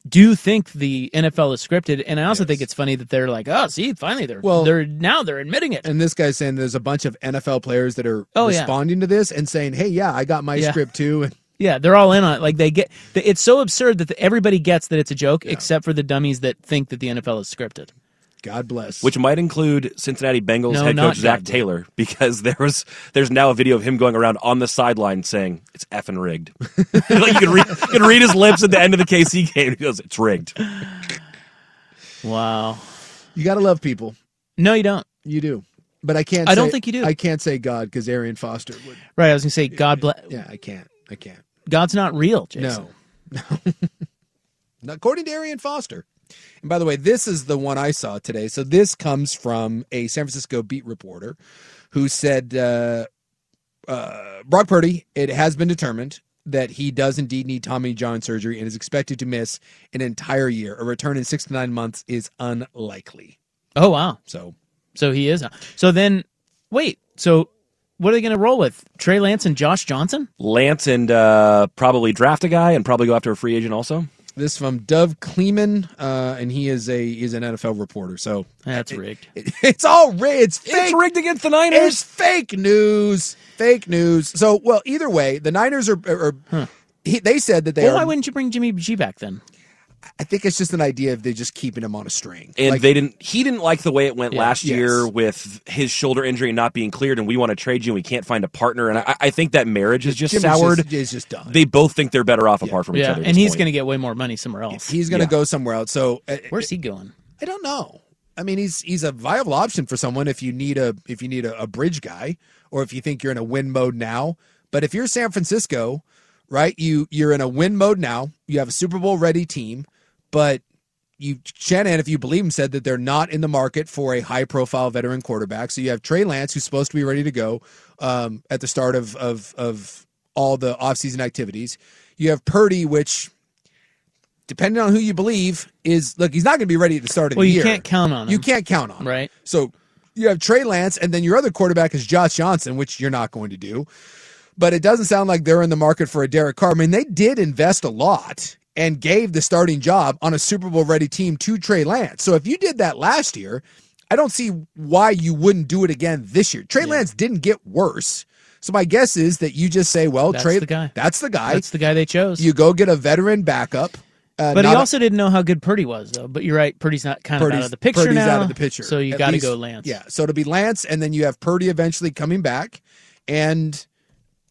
S8: do think the NFL is scripted, and I also think it's funny that they're like, oh, see, finally they're
S10: Well-
S8: they're now they're admitting it.
S10: And this guy's saying there's a bunch of NFL players that are
S8: Oh, yeah.
S10: responding to this and saying, "Hey, yeah, I got my
S8: Yeah.
S10: script too." And
S8: Yeah, they're all in on it. Like they get, it's so absurd that everybody gets that it's a joke, except for the dummies that think that the NFL is scripted.
S10: God bless.
S9: which might include Cincinnati Bengals
S8: No,
S9: head
S8: not
S9: coach Zach
S8: God.
S9: Taylor, because there was there's now a video of him going around on the sideline saying it's effing rigged. like you can read you can read his lips at the end of the KC game. He goes, "It's rigged."
S8: Wow.
S10: You gotta love people.
S8: No, you don't.
S10: You do, but I can't.
S8: I don't
S10: say-
S8: think you do.
S10: I can't say God because Arian Foster would.
S8: Right. I was gonna say God bless.
S10: Yeah, I can't. I can't.
S8: God's not real, Jason.
S10: No. Now, According to Arian Foster. And by the way, this is the one I saw today. So this comes from a San Francisco beat reporter who said uh, uh, Brock Purdy, it has been determined that he does indeed need Tommy John surgery and is expected to miss an entire year. A return in six to nine months is unlikely.
S8: Oh wow.
S10: So,
S8: so he is. So then, wait. So what are they gonna roll with? Trey Lance and Josh Johnson?
S9: Lance and uh, probably draft a guy and probably go after a free agent also.
S10: This from Dove Kleeman, uh, and he is a is an NFL reporter. So
S8: that's rigged.
S10: it's all rigged. It's fake. It's
S9: rigged against the Niners.
S10: It's fake news. Fake news. So well, either way, the Niners are. are, are- he, they said that they
S8: well,
S10: are.
S8: why wouldn't you bring Jimmy G back then?
S10: I think it's just an idea of they just keeping him on a string.
S9: And
S10: Like-
S9: they didn't. He didn't like the way it went
S10: Yeah.
S9: last
S10: Yes.
S9: year with his shoulder injury and not being cleared. And we want to trade you, and we can't find a partner. And I, I think that marriage is just
S10: Jimmy's
S9: soured.
S10: Just, is just done.
S9: They both think they're better off apart from each
S8: yeah,
S9: other. at
S8: and
S9: this
S8: he's
S9: point.
S8: gonna get way more money somewhere else.
S10: He's going to go somewhere else. So uh,
S8: Where's he going?
S10: I don't know. I mean, he's he's a viable option for someone if you need a if you need a, a bridge guy or if you think you're in a win mode now. But if you're San Francisco, right? You you're in a win mode now. You have a Super Bowl ready team, but you Shanahan, if you believe him, said that they're not in the market for a high profile veteran quarterback. So you have Trey Lance, who's supposed to be ready to go um, at the start of of of all the offseason activities. You have Purdy, which depending on who you believe is look, he's not going to be ready at the start of
S8: Well,
S10: the
S8: you
S10: year.
S8: can't count on him.
S10: You can't count on him.
S8: Right.
S10: So you have Trey Lance, and then your other quarterback is Josh Johnson, which you're not going to do. But it doesn't sound like they're in the market for a Derek Carr. I mean, they did invest a lot and gave the starting job on a Super Bowl ready team to Trey Lance. So if you did that last year, I don't see why you wouldn't do it again this year. Trey Lance didn't get worse. So my guess is that you just say, well,
S8: That's
S10: Trey,
S8: the guy.
S10: that's the guy.
S8: That's the guy they chose.
S10: You go get a veteran backup. Uh,
S8: but he
S10: now
S8: also didn't know how good Purdy was, though. But you're right, Purdy's not kind of out of the picture
S10: Purdy's
S8: now.
S10: out of the picture.
S8: So you
S10: At
S8: got to
S10: least-
S8: go Lance.
S10: Yeah. So it'll be Lance, and then you have Purdy eventually coming back, and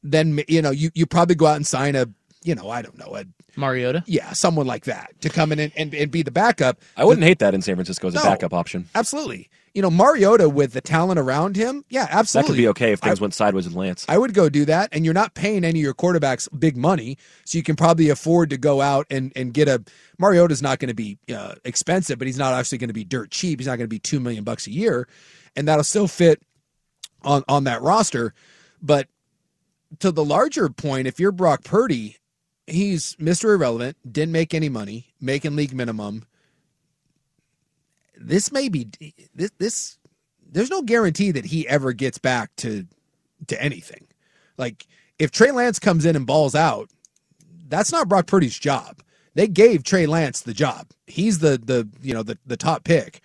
S10: then you know you you probably go out and sign a you know I don't know a
S8: Mariota.
S10: Yeah, someone like that to come in and, and, and be the backup.
S9: I wouldn't hate that in San Francisco as a
S10: No.
S9: backup option.
S10: Absolutely. You know Mariota with the talent around him. Yeah,
S9: That
S10: absolutely.
S9: could be okay if things went sideways with Lance.
S10: I would go do that, and you're not paying any of your quarterbacks big money, so you can probably afford to go out and and get a Mariota's not going to be uh, expensive, but he's not actually going to be dirt cheap. He's not going to be two million bucks a year, and that'll still fit on on that roster. But to the larger point, if you're Brock Purdy, he's Mister Irrelevant, didn't make any money, making league minimum. This may be this this. There's no guarantee that he ever gets back to to anything. Like if Trey Lance comes in and balls out, that's not Brock Purdy's job. They gave Trey Lance the job. He's the the you know the the top pick.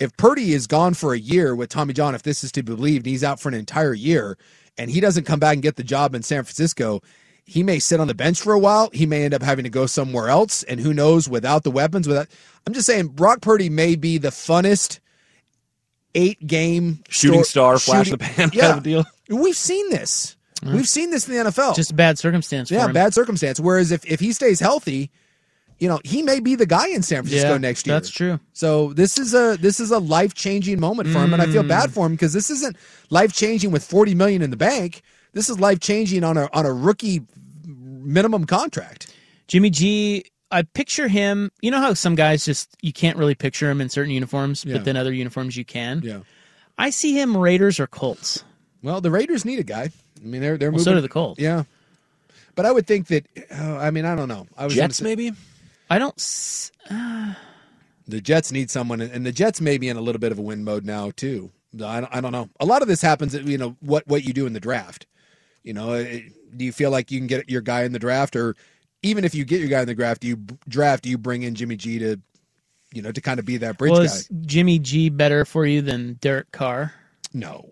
S10: If Purdy is gone for a year with Tommy John, if this is to be believed, and he's out for an entire year, and he doesn't come back and get the job in San Francisco, he may sit on the bench for a while. He may end up having to go somewhere else, and who knows? Without the weapons, without I'm just saying, Brock Purdy may be the funnest eight game
S9: Shooting star, flash in the pan kind of Mm.
S10: deal. We've seen this. We've seen this in the NFL.
S8: Just a bad circumstance.
S10: yeah,
S8: for him.
S10: bad circumstance. Whereas if, if he stays healthy, you know he may be the guy in San Francisco
S8: Yeah,
S10: next year.
S8: that's true.
S10: So this is a this is a life changing moment for him, and I feel
S8: Mm.
S10: bad for him because this isn't life changing with forty million in the bank. This is life changing on a on a rookie minimum contract.
S8: Jimmy G, I picture him. You know how some guys just you can't really picture him in certain uniforms,
S10: Yeah.
S8: but then other uniforms you can.
S10: Yeah.
S8: I see him Raiders or Colts.
S10: Well, the Raiders need a guy. I mean, they're they're
S8: Well,
S10: moving.
S8: so do the Colts.
S10: Yeah, but I would think that. Uh, I mean, I don't know. I was
S8: Jets,
S10: maybe.
S8: I don't. s- Uh,
S10: The Jets need someone, and the Jets may be in a little bit of a win mode now too. I don't, I don't know. A lot of this happens, at, you know, what what you do in the draft. You know, it, do you feel like you can get your guy in the draft, or even if you get your guy in the draft, do you b- draft? Do you bring in Jimmy G to, you know, to kind of be that bridge
S8: well,
S10: guy?
S8: is Jimmy G better for you than Derek Carr?
S10: No.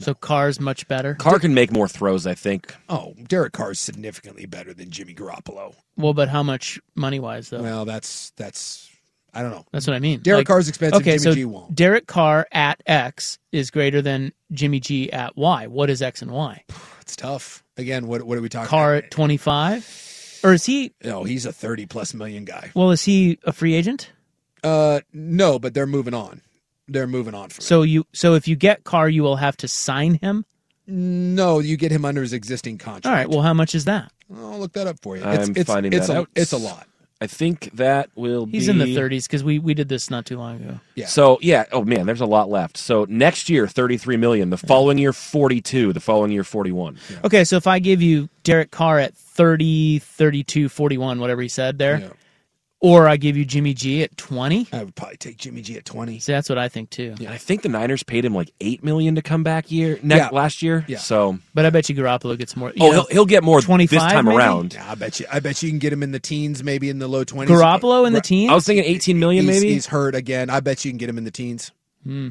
S8: So Carr's much better.
S9: Carr can make more throws, I think.
S10: Oh, Derek Carr's significantly better than Jimmy Garoppolo.
S8: Well, but how much money wise though?
S10: Well, that's that's I don't know.
S8: That's what I mean.
S10: Derek
S8: Like,
S10: Carr's expensive.
S8: Okay,
S10: Jimmy
S8: so
S10: G won't.
S8: Derek Carr at X is greater than Jimmy G at Y. What is X and Y?
S10: It's tough. Again, what what are we talking?
S8: Carr at twenty five, or is he?
S10: No, he's a thirty plus million guy.
S8: Well, is he a free agent?
S10: Uh, no, but they're moving on. They're moving on. From
S8: So you, so if you get Carr, you will have to sign him.
S10: no, you get him under his existing contract.
S8: All right. Well, how much is that?
S10: I'll look that up for you.
S9: I'm
S10: It's, it's,
S9: finding
S10: it's
S9: that
S10: a,
S9: out.
S10: It's a lot.
S9: I think that will be.
S8: He's in the thirties because we we did this not too long ago.
S9: So yeah, oh man, there's a lot left. So next year, 33 million. The following year, 42. The following year, 41.
S8: Okay, so if I give you Derek Carr at 30, 32, 41, whatever he said there, or I give you Jimmy G at 20,
S10: I would probably take Jimmy G at 20.
S8: See, that's what I think too.
S9: I think the Niners paid him like eight million to come back year ne-
S8: Yeah.
S9: last year.
S8: Yeah.
S9: So
S8: But I bet you Garoppolo gets more. you
S9: oh,
S8: know,
S9: he'll, he'll get more this
S8: 25
S9: time
S8: maybe?
S9: around.
S10: I bet you. I bet you can get him in the teens, maybe in the low twenties.
S8: Garoppolo in the teens?
S9: I was thinking 18 million
S10: He's,
S9: maybe.
S10: he's hurt again. I bet you can get him in the teens.
S8: Hmm.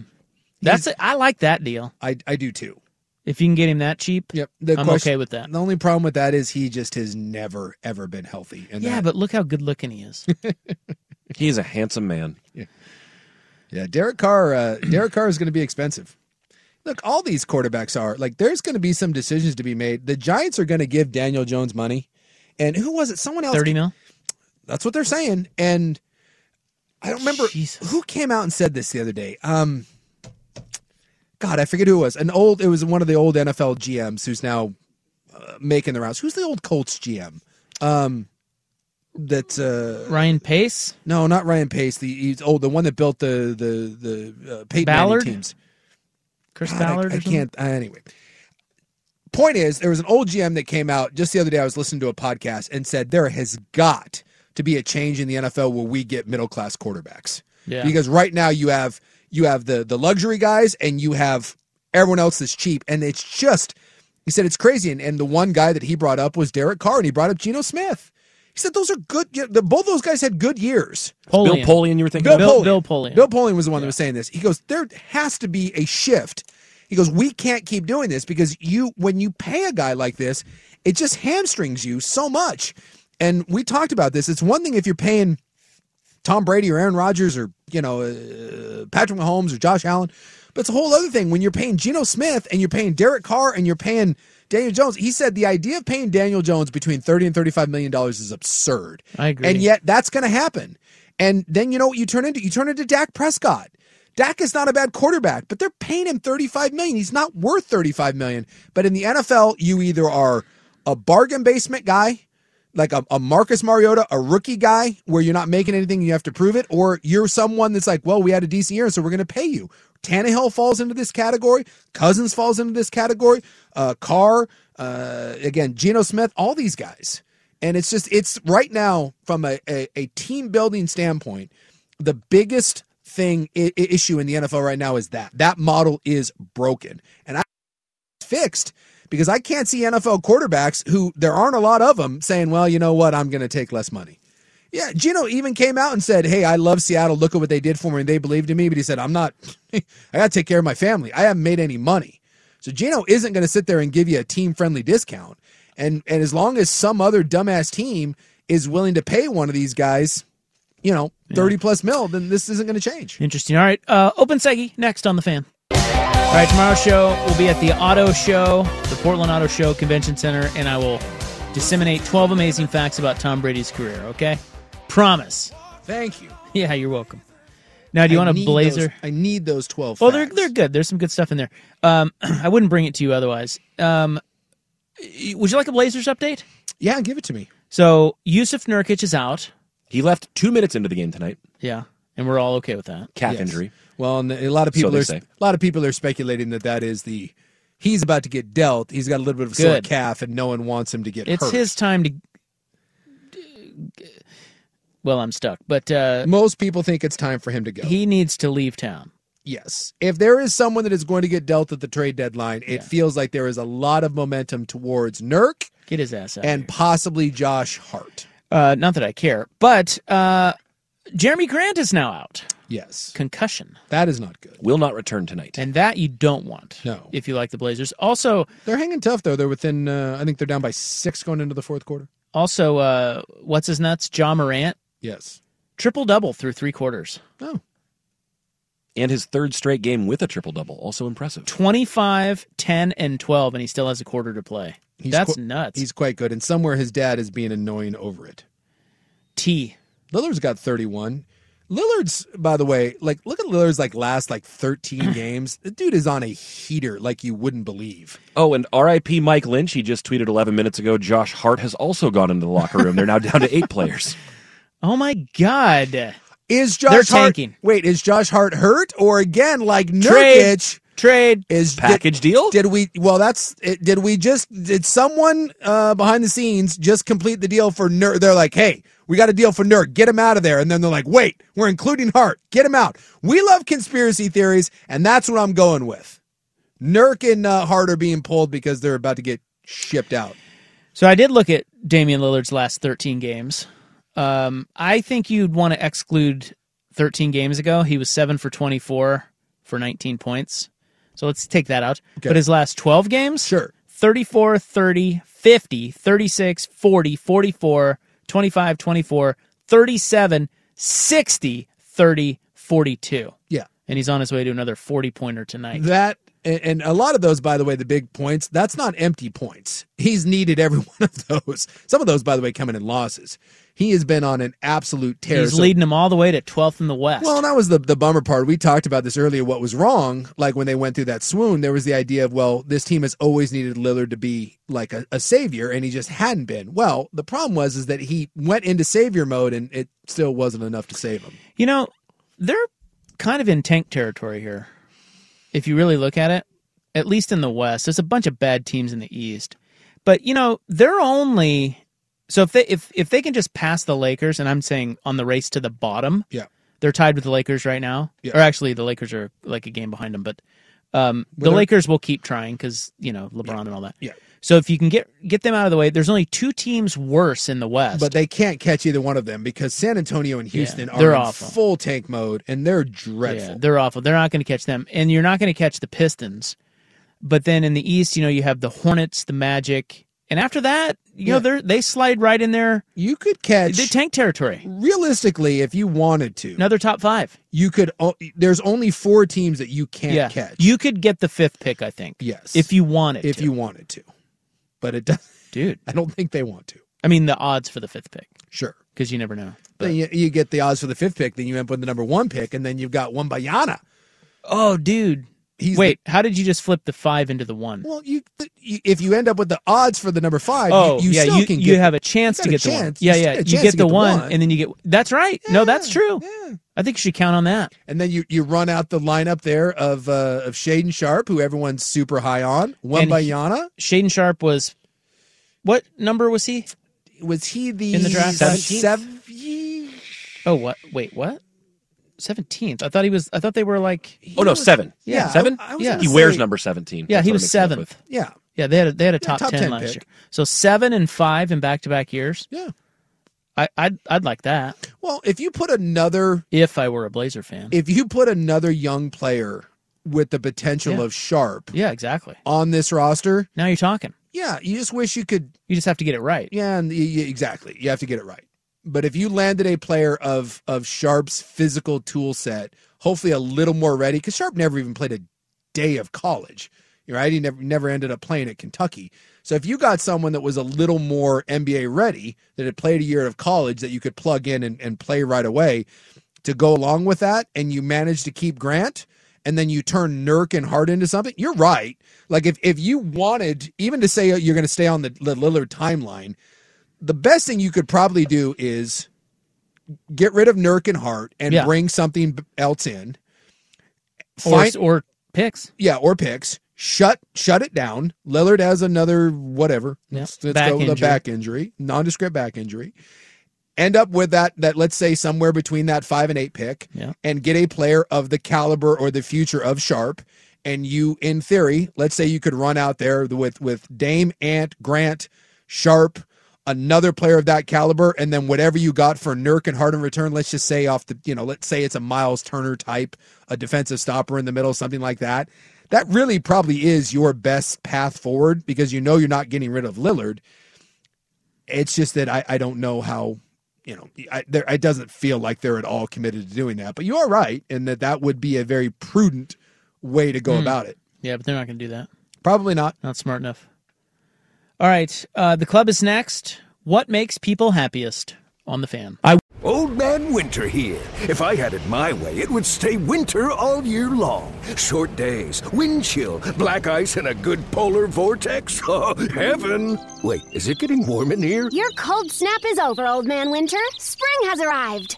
S8: That's it. I like that deal.
S10: I I do too.
S8: If you can get him that cheap,
S10: yep,
S8: I'm okay with that.
S10: The only problem with that is he just has never ever been healthy. And
S8: yeah,
S10: that-
S8: but look how good looking he is.
S9: He's a handsome man.
S10: Yeah, Derek Carr. Uh, Derek Carr is going to be expensive. Look, all these quarterbacks are like. There's going to be some decisions to be made. The Giants are going to give Daniel Jones money, and who was it? Someone else.
S8: Thirty mil.
S10: That's what they're saying, and I don't remember who came out and said this the other day. Um, God, I forget who it was. An old. It was one of the old NFL GMs who's now uh, making the rounds. Who's the old Colts GM? Um, that's uh,
S8: Ryan Pace.
S10: No, not Ryan Pace. The he's old. The one that built the the the uh, Peyton Manning
S8: Ballard?
S10: teams.
S8: Chris
S10: God, I-
S8: Ballard. or
S10: I,
S8: something?
S10: can't. Uh, anyway, point is, there was an old GM that came out just the other day. I was listening to a podcast and said there has got to be a change in the NFL where we get middle class quarterbacks.
S1: Yeah.
S10: Because right now you have you have the the luxury guys and you have everyone else that's cheap, and it's just he said it's crazy. And, and the one guy that he brought up was Derek Carr, and he brought up Geno Smith. He said those are good. yeah, the, both those guys had good years.
S9: Polian. Bill Polian you were thinking
S10: Bill,
S9: of? Bill-
S10: Polian.
S9: Bill Polian.
S10: Bill Polian was the one that was saying this. He goes, there has to be a shift. He goes, we can't keep doing this because you, when you pay a guy like this, it just hamstrings you so much. And we talked about this. It's one thing if you're paying Tom Brady or Aaron Rodgers or you know uh, Patrick Mahomes or Josh Allen, but it's a whole other thing when you're paying Geno Smith and you're paying Derek Carr and you're paying Daniel Jones. He said the idea of paying Daniel Jones between thirty and thirty-five million dollars is absurd.
S8: I agree.
S10: And yet that's going to happen. And then you know what you turn into? You turn into Dak Prescott. Dak is not a bad quarterback, but they're paying him 35 million. He's not worth 35 million. But in the NFL, you either are a bargain basement guy, like a, a Marcus Mariota, a rookie guy where you're not making anything and you have to prove it, or you're someone that's like, well, we had a decent year, so we're going to pay you. Tannehill falls into this category. Cousins falls into this category. Uh, Carr, uh, again, Geno Smith, all these guys. And it's just, it's right now, from a, a, a team building standpoint, the biggest thing I- i- issue in the NFL right now is that that model is broken. And I fixed because I can't see NFL quarterbacks who there aren't a lot of them saying, well, you know what, I'm going to take less money. Yeah, Gino even came out and said, "Hey, I love Seattle. Look at what they did for me. and They believed in me." But he said, "I'm not. I got to take care of my family. I haven't made any money." So Gino isn't going to sit there and give you a team-friendly discount. And and as long as some other dumbass team is willing to pay one of these guys, you know, thirty plus mil, then this isn't going to change.
S8: Interesting. All right. Uh, Open Segi next on the fan. All right. Tomorrow's show will be at the Auto Show, the Portland Auto Show Convention Center, and I will disseminate 12 amazing facts about Tom Brady's career. Okay. Promise.
S10: Thank you.
S8: Yeah, you're welcome. Now, do you
S10: I
S8: want a
S10: need
S8: blazer?
S10: those- I need those twelve.
S8: Well, they're they're good. There's some good stuff in there. Um, I wouldn't bring it to you otherwise. Um, y- would you like a Blazers update?
S10: Yeah, give it to me.
S8: So Yusuf Nurkic is out.
S9: He left two minutes into the game tonight.
S8: Yeah, and we're all okay with that.
S9: Calf injury.
S10: Well, and a lot of
S9: So
S10: people
S9: they
S10: are
S9: say.
S10: a lot of people are speculating that that is the he's about to get dealt. He's got a little bit of a sore
S8: Good.
S10: calf, and no one wants him to get
S8: It's
S10: hurt.
S8: his time to. Well, I'm stuck, but uh,
S10: most people think it's time for him to go.
S8: He needs to leave town.
S10: Yes, if there is someone that is going to get dealt at the trade deadline, it feels like there is a lot of momentum towards Nurk
S8: Get his ass out.
S10: and possibly Josh Hart.
S8: Uh, not that I care, but uh, Jeremy Grant is now out.
S10: Yes,
S8: concussion.
S10: That is not good.
S9: Will not return tonight,
S8: and that you don't want. No, if you like the Blazers. Also,
S10: they're hanging tough though. They're within. Uh, I think they're down by six going into the fourth quarter.
S8: Also, uh, what's his nuts? John Morant.
S10: Yes.
S8: Triple double through three quarters.
S10: Oh.
S9: And his third straight game with a triple double. Also impressive.
S8: 25, 10, and 12, and he still has a quarter to play. That's
S10: qu-
S8: nuts.
S10: He's quite good, and somewhere his dad is being annoying over it.
S8: T.
S10: Lillard's got 31. Lillard's, by the way, like look at Lillard's like last like 13 games. The dude is on a heater like you wouldn't believe.
S9: Oh, and RIP Mike Lynch. He just tweeted 11 minutes ago Josh Hart has also gone into the locker room. They're now down to eight players.
S8: Oh my God.
S10: Is Josh
S8: They're
S10: Hart,
S8: tanking.
S10: Wait, is Josh Hart hurt or again like
S8: Trade.
S10: Nurkic?
S8: Trade
S10: is
S9: package deal.
S10: Did we? Well, that's. It, did we just? Did someone uh, behind the scenes just complete the deal for Nurk? They're like, hey, we got a deal for Nurk. Get him out of there. And then they're like, wait, we're including Hart. Get him out. We love conspiracy theories, and that's what I'm going with. Nurk and uh, Hart are being pulled because they're about to get shipped out.
S8: So I did look at Damian Lillard's last 13 games. Um, I think you'd want to exclude 13 games ago. He was 7 for 24 for 19 points. So let's take that out.
S1: Okay.
S8: But his last 12 games?
S10: Sure.
S8: 34, 30, 50, 36, 40, 44, 25, 24, 37, 60, 30, 42.
S10: Yeah.
S8: And he's on his way to another 40 pointer tonight.
S10: That and, and a lot of those, by the way, the big points. That's not empty points. He's needed every one of those. Some of those, by the way, coming in losses. He has been on an absolute tear.
S8: He's
S10: So-
S8: leading them all the way to 12th in the West.
S10: Well, and that was the the bummer part. We talked about this earlier. What was wrong? Like when they went through that swoon, there was the idea of well, this team has always needed Lillard to be like a, a savior, and he just hadn't been. Well, the problem was is that he went into savior mode, and it still wasn't enough to save him.
S8: You know, they're kind of in tank territory here. If you really look at it, at least in the West, there's a bunch of bad teams in the East. But you know, they're only so if they if if they can just pass the Lakers, and I'm saying on the race to the bottom,
S10: Yeah.
S8: they're tied with the Lakers right now.
S10: Yeah.
S8: Or actually, the Lakers are like a game behind them, but um, the
S10: Well, they're-
S8: Lakers will keep trying because you know LeBron and all that.
S10: Yeah.
S8: So if you can get get them out of the way, there's only two teams worse in the West.
S10: But they can't catch either one of them because San Antonio and Houston
S8: they're
S10: are in
S8: awful.
S10: full tank mode, and they're dreadful.
S8: Yeah, they're awful. They're not going to catch them, and you're not going to catch the Pistons. But then in the East, you know, you have the Hornets, the Magic, And after that, you know, they they slide right in there.
S10: You could catch
S8: the tank territory.
S10: Realistically, if you wanted to,
S8: another top five.
S10: You could. o- There's only four teams that you can't
S8: yeah,
S10: catch.
S8: you could get the fifth pick, I think.
S10: Yes.
S8: if you wanted.
S10: If
S8: to.
S10: you wanted to, but it does.
S8: Dude,
S10: I don't think they want to.
S8: I mean, the odds for the fifth pick.
S10: Sure,
S8: because you never know.
S10: Then you, you get the odds for the fifth pick. Then you end up with the number one pick, and then you've got one Bayana.
S8: Oh, dude.
S10: He's
S8: Wait, how did you just flip the five into the one?
S10: Well, you, you if you end up with the odds for the number five,
S8: oh,
S10: you, you
S8: yeah,
S10: still
S8: you,
S10: can
S8: you
S10: get,
S8: have a chance
S10: you
S8: to
S10: got
S8: get
S10: a
S8: the one.
S10: chance.
S8: Yeah,
S10: still
S8: yeah,
S10: got a
S8: you
S10: chance
S8: get
S10: to
S8: the one, and then you get. That's right. no, that's true. I think you should count on that.
S10: And then you, you run out the lineup there of uh, of Shaden Sharp, who everyone's super high on. One
S8: And he-
S10: Bayana.
S8: Shaden Sharp was what number was he?
S10: Was he the
S8: in the draft?
S10: 17th?
S8: Oh, what? Wait, what? Seventeenth. I thought he was. I thought they were like.
S9: Oh no, seven.
S8: Yeah,
S9: seven.
S8: I- I was gonna
S9: he wears
S8: say-
S9: number seventeen.
S8: Yeah,
S9: That's
S8: he
S9: what
S8: was
S9: I'm mixing up
S8: seventh.
S9: with.
S10: Yeah.
S8: Yeah, they had a, they had a top,
S10: top
S8: 10,
S10: 10
S8: last
S10: pick.
S8: year. So seven and five in back to back years.
S10: Yeah,
S8: I, I'd I'd like that
S10: Well, if you put another
S8: if I were a Blazer fan.
S10: if you put another young player with the potential
S8: Yeah.
S10: of Sharp
S8: yeah, exactly.
S10: on this roster,
S8: Now you're talking.
S10: yeah, you just wish you could.
S8: You just have to get it right.
S10: Yeah, and y- y- exactly, you have to get it right. But if you landed a player of of Sharp's physical tool set, hopefully a little more ready, because Sharp never even played a day of college, right? He never never ended up playing at Kentucky. So if you got someone that was a little more NBA ready, that had played a year of college, that you could plug in and, and play right away, to go along with that and you manage to keep Grant and then you turn Nurk and Hart into something, you're right. Like if, if you wanted even to say you're going to stay on the, the Lillard timeline, the best thing you could probably do is get rid of Nurk and Hart and
S8: Yeah.
S10: bring something b- else in.
S8: Or,
S10: Find-
S8: or picks.
S10: yeah, or picks. Shut shut it down. Lillard has another whatever.
S8: Yeah.
S10: Let's, let's
S8: Back
S10: go with a
S8: injury.
S10: back injury, nondescript back injury. End up with that that let's say somewhere between that five and eight pick,
S8: Yeah.
S10: and get a player of the caliber or the future of Sharp. And you, in theory, let's say you could run out there with with Dame, Ant, Grant, Sharp, another player of that caliber, and then whatever you got for Nurk and Hart in return, let's just say off the, you know, let's say it's a Miles Turner type, a defensive stopper in the middle, something like that. That really probably is your best path forward because you know you're not getting rid of Lillard. It's just that I, I don't know how, you know, I, there, it doesn't feel like they're at all committed to doing that. But you are right in that that would be a very prudent way to go
S8: Hmm.
S10: about it.
S8: Yeah, but they're not going to do that.
S10: Probably not.
S8: Not smart enough. All right, uh, the club is next. What makes people happiest on the fan?
S18: I Old Man Winter here. If I had it my way, it would stay winter all year long. Short days, wind chill, black ice, and a good polar vortex. Oh, heaven! Wait, is it getting warm in here?
S19: Your cold snap is over, Old Man Winter. Spring has arrived.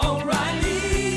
S3: O'Reilly.